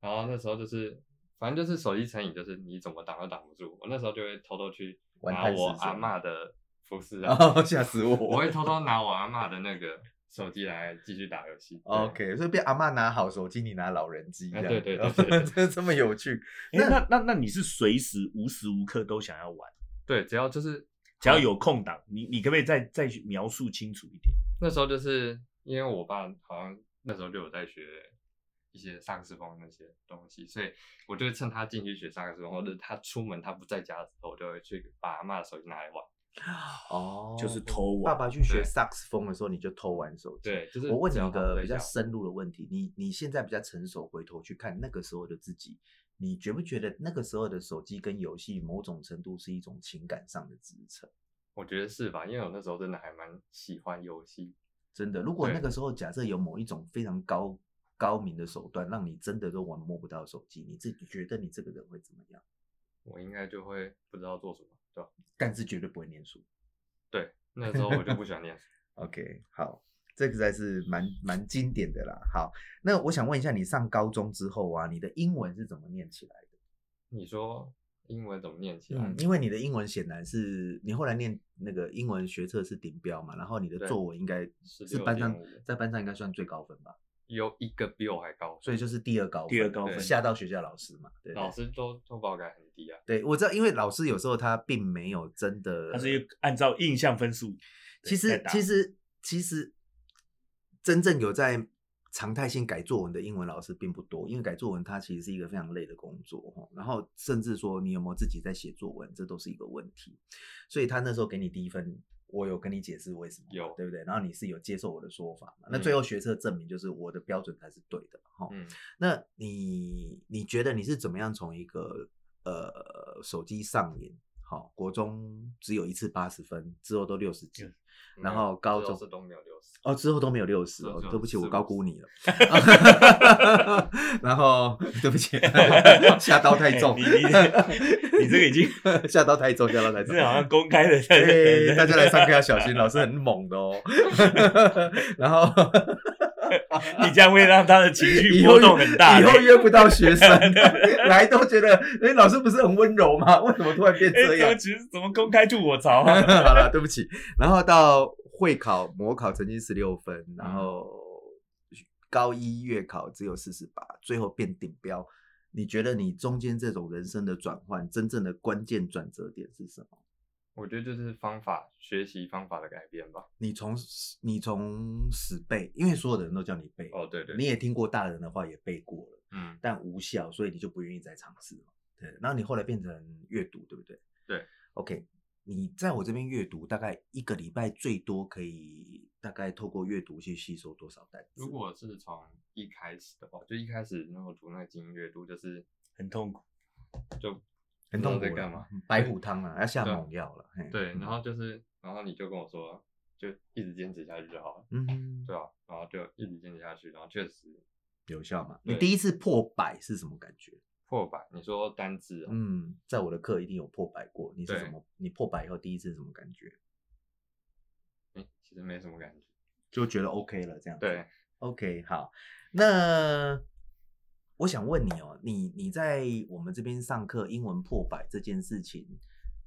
[SPEAKER 3] 然后那时候就是，反正就是手机成瘾，就是你怎么挡都挡不住。我那时候就会偷偷去
[SPEAKER 2] 玩
[SPEAKER 3] 拿
[SPEAKER 2] 贪
[SPEAKER 3] 我
[SPEAKER 2] 食蛇
[SPEAKER 3] 阿嬷的服饰啊，
[SPEAKER 2] 哦，吓死我！
[SPEAKER 3] 我会偷偷拿我阿嬷的那个手机来继续打游戏。
[SPEAKER 2] 哦
[SPEAKER 3] 对
[SPEAKER 2] OK，所以被阿嬷拿好手机，你拿老人机，这
[SPEAKER 3] 啊
[SPEAKER 2] 样、
[SPEAKER 3] 对对对对
[SPEAKER 2] 真的 <laughs> 这么有趣。
[SPEAKER 1] 哎，那那那你是随时无时无刻都想要玩，
[SPEAKER 3] 对，只要就是
[SPEAKER 1] 只要有空档，你你可不可以再再描述清楚一点？
[SPEAKER 3] 那时候就是因为我爸好像那时候就有在学一些萨克斯风那些东西，所以我就会趁他进去学萨克斯风，或者他出门他不在家的时候，我就会去把阿嬷的手机拿来玩。
[SPEAKER 2] 哦，
[SPEAKER 1] 就是偷玩。
[SPEAKER 2] 爸爸去学
[SPEAKER 3] 对
[SPEAKER 2] 萨克斯风的时候，你就偷玩手机。
[SPEAKER 3] 对，就是
[SPEAKER 2] 我问你
[SPEAKER 3] 只要
[SPEAKER 2] 一个
[SPEAKER 3] 好
[SPEAKER 2] 比较
[SPEAKER 3] 对象
[SPEAKER 2] 深入的问题，你你现在比较成熟，回头去看那个时候的自己，你觉不觉得那个时候的手机跟游戏某种程度是一种情感上的支撑？
[SPEAKER 3] 我觉得是吧？因为我那时候真的还蛮喜欢游戏，
[SPEAKER 2] 真的，如果那
[SPEAKER 3] 对
[SPEAKER 2] 个时候假设有某一种非常高高明的手段，让你真的都玩摸不到手机，你自己觉得你这个人会怎么样？
[SPEAKER 3] 我应该就会不知道做什么，对吧？
[SPEAKER 2] 但是绝对不会念书。
[SPEAKER 3] 对，那时候我就不喜欢念书。
[SPEAKER 2] OK，好，这个才是蛮蛮经典的啦。好，那我想问一下，你上高中之后啊，你的英文是怎么念起来的？
[SPEAKER 3] 你说英文怎么念起来？
[SPEAKER 2] 嗯，因为你的英文显然是你后来念那个英文学测是顶标嘛，然后你的
[SPEAKER 3] 对
[SPEAKER 2] 作文应该是
[SPEAKER 3] 16.5
[SPEAKER 2] 班上在班上应该算最高分吧，
[SPEAKER 3] 有一个比我还高，
[SPEAKER 2] 所以就是第二高分，
[SPEAKER 1] 第二高
[SPEAKER 3] 分
[SPEAKER 2] 吓到学校老师嘛，对
[SPEAKER 3] 老
[SPEAKER 2] 对
[SPEAKER 3] 师都都把我改很低啊。
[SPEAKER 2] 对，我知道，因为老师有时候他并没有真的，
[SPEAKER 1] 它是按照印象分数。
[SPEAKER 2] 其
[SPEAKER 1] 在
[SPEAKER 2] 实
[SPEAKER 1] 打
[SPEAKER 2] 其实其实真正有在常态性改作文的英文老师并不多，因为改作文它其实是一个非常累的工作哦。然后甚至说你有没有自己在写作文，这都是一个问题。所以他那时候给你低分，我有跟你解释为什么嘛，
[SPEAKER 3] 有
[SPEAKER 2] 对不对？然后你是有接受我的说法嘛？那
[SPEAKER 3] 嗯
[SPEAKER 2] 最后学测证明就是我的标准才是对的哈。
[SPEAKER 3] 嗯，
[SPEAKER 2] 那你你觉得你是怎么样从一个呃手机上瘾，好、国中只有一次八十分，之后都六十
[SPEAKER 1] 嗯
[SPEAKER 2] 几，然后高
[SPEAKER 3] 之
[SPEAKER 2] 中
[SPEAKER 3] 是都没有六十。
[SPEAKER 2] 哦，之后都没有六十
[SPEAKER 3] 之后
[SPEAKER 2] 哦
[SPEAKER 3] 只，有
[SPEAKER 2] 对不起，我
[SPEAKER 3] 45
[SPEAKER 2] 高估
[SPEAKER 1] <laughs>
[SPEAKER 2] 你了。然后对不起，下刀太重， <laughs>
[SPEAKER 1] 你你你这个已经
[SPEAKER 2] 下刀太重，下刀太重
[SPEAKER 1] 这，好像公开的， <laughs>
[SPEAKER 2] 哎，大家来上课要小心，老师很猛的哦。 <laughs> 然后
[SPEAKER 1] 你这样会让他的情绪
[SPEAKER 2] <laughs> 以
[SPEAKER 1] 波
[SPEAKER 2] 后
[SPEAKER 1] 动很大
[SPEAKER 2] 以
[SPEAKER 1] 的。
[SPEAKER 2] 后约不到学生， <laughs> 来都觉得，哎，老师不是很温柔吗？为什么突然变
[SPEAKER 1] 哎，
[SPEAKER 2] 这
[SPEAKER 1] 怎
[SPEAKER 2] 样 <laughs>
[SPEAKER 1] 么？其实怎么公开吐我槽啊？
[SPEAKER 2] 好了，对不起。然后到会考、模考成绩十六分，然后高一月考只有四十八，最后变顶标。你觉得你中间这种人生的转换，真正的关键转折点是什么？
[SPEAKER 3] 我觉得就是方法，学习方法的改变吧。
[SPEAKER 2] 你从你从死背，因为所有的人都叫你背，
[SPEAKER 3] 哦，对对，
[SPEAKER 2] 你也听过大人的话，也背过了，
[SPEAKER 3] 嗯，
[SPEAKER 2] 但无效，所以你就不愿意再尝试嘛。对，然后你后来变成阅读，对不对？
[SPEAKER 3] 对
[SPEAKER 2] ，OK，你在我这边阅读，大概一个礼拜最多可以大概透过阅读去吸收多少单词？
[SPEAKER 3] 如果是从一开始的话，就一开始那我读那个精英阅读，就是
[SPEAKER 1] 很痛苦，
[SPEAKER 3] 就
[SPEAKER 2] 很痛苦
[SPEAKER 3] 在
[SPEAKER 2] 啦
[SPEAKER 3] 干嘛？？
[SPEAKER 2] 白虎汤啊，要下猛药了。嘿
[SPEAKER 3] 对，然
[SPEAKER 2] 嗯
[SPEAKER 3] 后就是，然后你就跟我说，就一直坚持下去就好了，
[SPEAKER 2] 嗯，
[SPEAKER 3] 对啊，然后就一直坚持下去，然后确实
[SPEAKER 2] 有效嘛？你
[SPEAKER 3] 对
[SPEAKER 2] 第一次破百是什么感觉？
[SPEAKER 3] 破百。你说单字、哦，
[SPEAKER 2] 嗯，在我的课一定有破百过，你是
[SPEAKER 3] 对
[SPEAKER 2] 什么？你破百以后第一次是什么感觉？
[SPEAKER 3] 嗯，其实没什么感觉。
[SPEAKER 2] 就觉得 OK 了，这样子。
[SPEAKER 3] 对，
[SPEAKER 2] OK，好，那我想问你哦，你你在我们这边上课英文破百这件事情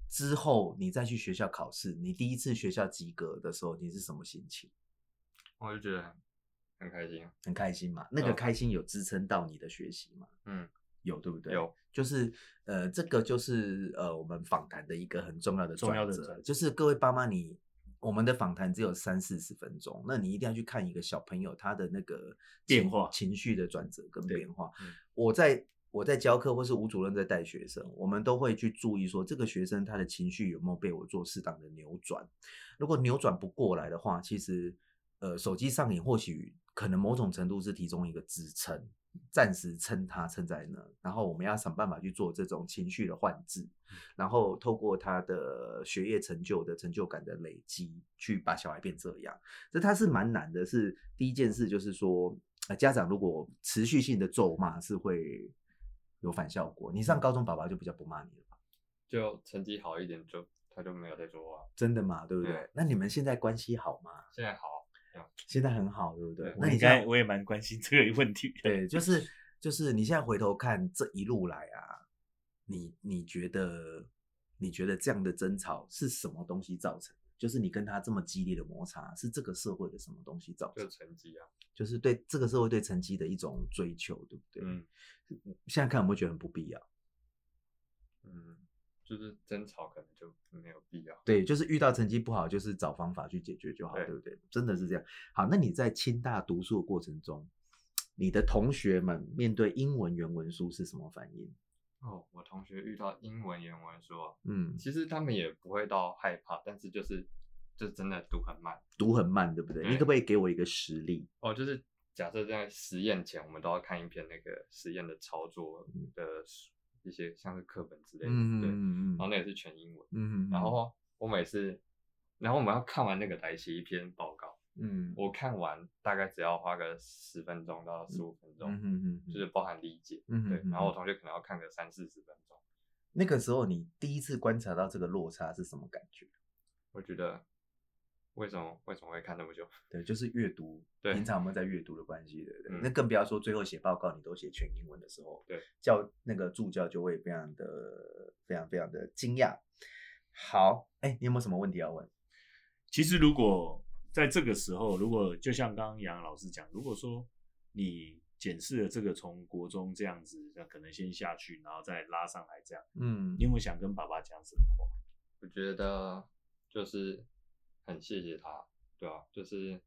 [SPEAKER 2] 之后，你再去学校考试，你第一次学校及格的时候，你是什么心情？
[SPEAKER 3] 我就觉得很很开心啊。
[SPEAKER 2] 很开心嘛？那个
[SPEAKER 3] 嗯
[SPEAKER 2] 开心有支撑到你的学习吗？
[SPEAKER 3] 嗯，
[SPEAKER 2] 有对不对？
[SPEAKER 3] 有，
[SPEAKER 2] 就是呃，这个就是呃，我们访谈的一个很重要的
[SPEAKER 1] 重要的
[SPEAKER 2] 转
[SPEAKER 1] 转
[SPEAKER 2] 折，
[SPEAKER 1] 折
[SPEAKER 2] 就是各位爸妈你，我们的访谈只有三四十分钟，那你一定要去看一个小朋友他的那个情
[SPEAKER 1] 变化
[SPEAKER 2] 情绪的转折跟
[SPEAKER 1] 对
[SPEAKER 2] 变化
[SPEAKER 3] 嗯。
[SPEAKER 2] 我在我在教课，或是吴主任在带学生，我们都会去注意说这个学生他的情绪有没有被我做适当的扭转。如果扭转不过来的话，其实呃，手机上瘾或许可能某种程度是提供一个支撑，暂时撑它撑在那，然后我们要想办法去做这种情绪的换置，然后透过他的学业成就的成就感的累积，去把小孩变这样。这他是蛮难的是，第一件事就是说，呃，家长如果持续性的咒骂是会有反效果。你
[SPEAKER 1] 嗯
[SPEAKER 2] 上高中，爸爸就比较不骂你了吧？
[SPEAKER 3] 就成绩好一点就，他就没有再说话。
[SPEAKER 2] 真的吗？对不对？
[SPEAKER 3] 对
[SPEAKER 2] 那你们现在关系好吗？
[SPEAKER 3] 现在好，
[SPEAKER 2] 现在很好，对不对
[SPEAKER 3] 对？
[SPEAKER 2] 那
[SPEAKER 1] 我
[SPEAKER 2] 你
[SPEAKER 1] 应
[SPEAKER 2] 现在
[SPEAKER 1] 该我也蛮关心 <laughs> 这个问题的。
[SPEAKER 2] 对，就是就是你现在回头看这一路来啊，你你觉得你觉得这样的争吵是什么东西造成的？就是你跟他这么激烈的摩擦，是这个社会的什么东西造成
[SPEAKER 3] 就
[SPEAKER 2] 的？
[SPEAKER 3] 成绩啊。
[SPEAKER 2] 就是对这个社会对成绩的一种追求，对不对？
[SPEAKER 3] 嗯
[SPEAKER 2] 现在看有没有觉得很不必要？
[SPEAKER 3] 嗯，就是争吵可能就没有必要。
[SPEAKER 2] 对，就是遇到成绩不好，就是找方法去解决就好，对
[SPEAKER 3] 对
[SPEAKER 2] 不对？真的是这样。好，那你在清大读书的过程中，你的同学们面对英文原文书是什么反应？
[SPEAKER 3] 哦，我同学遇到英文原文说，
[SPEAKER 2] 嗯，
[SPEAKER 3] 其实他们也不会到害怕，但是就是就真的读很慢。
[SPEAKER 2] 读很慢，对不对？你
[SPEAKER 3] 对
[SPEAKER 2] 可不可以给我一个实例？
[SPEAKER 3] 哦，就是假设在实验前，我们都要看一篇那个实验的操作的书一些像是课本之类的，对，然
[SPEAKER 2] 嗯
[SPEAKER 3] 后那也是全英文。
[SPEAKER 2] 嗯
[SPEAKER 3] 然后我每次，然后我们要看完那个来写一篇报告，
[SPEAKER 2] 嗯，
[SPEAKER 3] 我看完大概只要花个十分钟到十五分钟，
[SPEAKER 2] 嗯哼哼哼
[SPEAKER 3] 就是包含理解，
[SPEAKER 2] 嗯哼
[SPEAKER 3] 对
[SPEAKER 2] 哼。
[SPEAKER 3] 然后我同学可能要看个三四十分钟，
[SPEAKER 2] 那个时候你第一次观察到这个落差是什么感觉？
[SPEAKER 3] 我觉得为什么为什么会看那么久？ <laughs>
[SPEAKER 2] 对，就是阅读，
[SPEAKER 3] 对
[SPEAKER 2] 平常有没有在阅读的关系，对不对？
[SPEAKER 3] 嗯
[SPEAKER 2] 那更不要说最后写报告，你都写全英文的时候，
[SPEAKER 3] 对，
[SPEAKER 2] 教那个助教就会非常的、非常、非常的惊讶。好，哎，你有没有什么问题要问？
[SPEAKER 1] 其实如果在这个时候，如果就像刚刚杨老师讲，如果说你检视了这个从国中这样子，那可能先下去，然后再拉上来这样，
[SPEAKER 2] 嗯
[SPEAKER 1] 你有没有想跟爸爸讲什么 <laughs> 话？
[SPEAKER 3] 我觉得就是很谢谢他，对啊，就是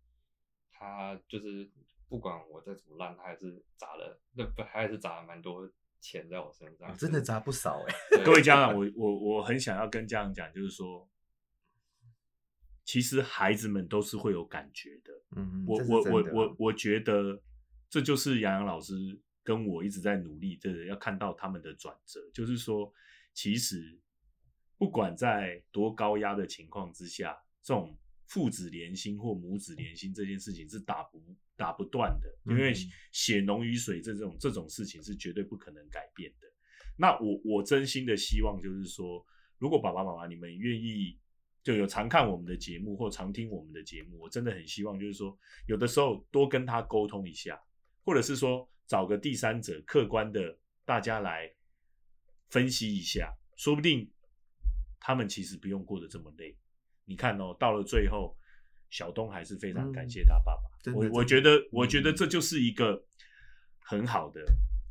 [SPEAKER 3] 他就是不管我再怎么烂，他还是砸了，那不还是砸了蛮多钱在我身上，
[SPEAKER 2] 啊真的砸不少哎、
[SPEAKER 3] 对
[SPEAKER 1] 各位家长，我我我很想要跟家长讲，就是说，其实孩子们都是会有感觉的。
[SPEAKER 2] 嗯，
[SPEAKER 1] 我
[SPEAKER 2] 这是
[SPEAKER 1] 我
[SPEAKER 2] 真
[SPEAKER 1] 我
[SPEAKER 2] 的
[SPEAKER 1] 我我觉得这就是杨洋老师跟我一直在努力，真的要看到他们的转折，就是说，其实不管在多高压的情况之下，这种父子连心或母子连心这件事情是打不打不断的，因为
[SPEAKER 2] 嗯
[SPEAKER 1] 血浓于水这种这种事情是绝对不可能改变的。那我我真心的希望就是说，如果爸爸妈妈你们愿意，就有常看我们的节目或常听我们的节目，我真的很希望就是说，有的时候多跟他沟通一下，或者是说找个第三者客观的大家来分析一下，说不定他们其实不用过得这么累。你看哦，到了最后，小东还是非常感谢他爸爸。
[SPEAKER 2] 嗯真的
[SPEAKER 1] 我
[SPEAKER 2] 真的
[SPEAKER 1] 我觉
[SPEAKER 2] 嗯
[SPEAKER 1] 得，我觉得这就是一个很好的、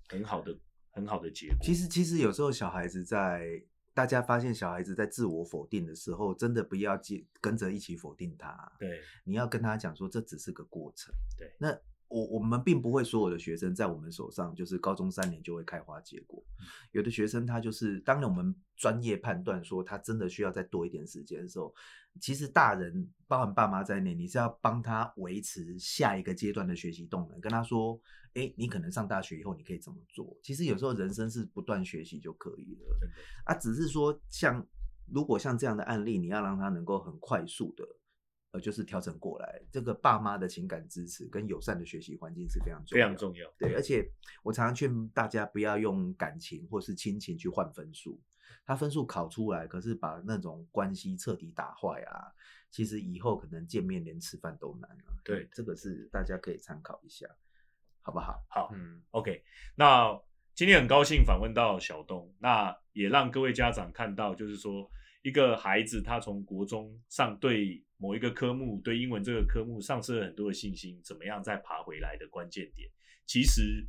[SPEAKER 1] 很好的、很好的结果。
[SPEAKER 2] 其实，其实有时候小孩子在大家发现小孩子在自我否定的时候，真的不要接跟着一起否定他，啊
[SPEAKER 1] 对
[SPEAKER 2] 你要跟他讲说这只是个过程。
[SPEAKER 1] 对
[SPEAKER 2] 那我我们并不会所有的学生在我们手上就是高中三年就会开花结果，有的学生他就是，当然我们专业判断说他真的需要再多一点时间的时候，其实大人包含爸妈在内，你是要帮他维持下一个阶段的学习动能，跟他说，哎，你可能上大学以后你可以怎么做？其实有时候人生是不断学习就可以了。
[SPEAKER 1] 真的
[SPEAKER 2] 啊，只是说像如果像这样的案例，你要让他能够很快速的，呃，就是调整过来，这个爸妈的情感支持跟友善的学习环境是非常重
[SPEAKER 1] 非
[SPEAKER 2] 要
[SPEAKER 1] 常。重要。
[SPEAKER 2] 对，而且我常常劝大家不要用感情或是亲情去换分数，他分数考出来，可是把那种关系彻底打坏啊，其实以后可能见面连吃饭都难啊。
[SPEAKER 1] 对
[SPEAKER 2] 这个是大家可以参考一下，好不好？
[SPEAKER 1] 好，
[SPEAKER 3] 嗯，
[SPEAKER 1] OK，那今天很高兴访问到小东，那也让各位家长看到，就是说一个孩子他从国中上对某一个科目，对英文这个科目丧失了很多的信心，怎么样再爬回来的关键点，其实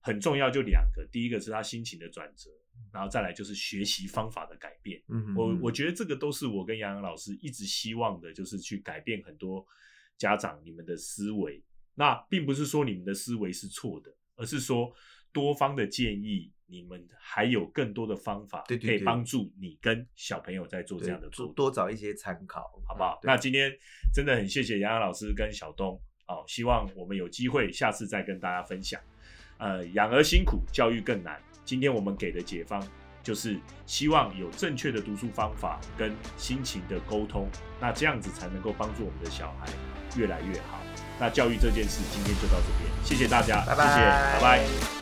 [SPEAKER 1] 很重要就两个，第一个是他心情的转折，然后再来就是学习方法的改变。
[SPEAKER 2] 嗯哼
[SPEAKER 1] 我
[SPEAKER 2] 哼
[SPEAKER 1] 我觉得这个都是我跟杨洋老师一直希望的，就是去改变很多家长你们的思维。那并不是说你们的思维是错的，而是说多方的建议，你们还有更多的方法
[SPEAKER 2] 对对
[SPEAKER 1] 可以
[SPEAKER 2] 对
[SPEAKER 1] 帮助你跟小朋友在做
[SPEAKER 2] 对
[SPEAKER 1] 这样的沟
[SPEAKER 2] 多
[SPEAKER 1] 通，
[SPEAKER 2] 多找一些参考，
[SPEAKER 1] 好不好？
[SPEAKER 2] 嗯对
[SPEAKER 1] 那今天真的很谢谢杨洋老师跟小东，好、希望我们有机会下次再跟大家分享。呃，养儿辛苦，教育更难。今天我们给的解方就是希望有正确的读书方法跟心情的沟通，那这样子才能够帮助我们的小孩越来越好。那教育这件事今天就到这边，谢谢大家，
[SPEAKER 2] 拜
[SPEAKER 1] 谢谢，拜拜。
[SPEAKER 2] 拜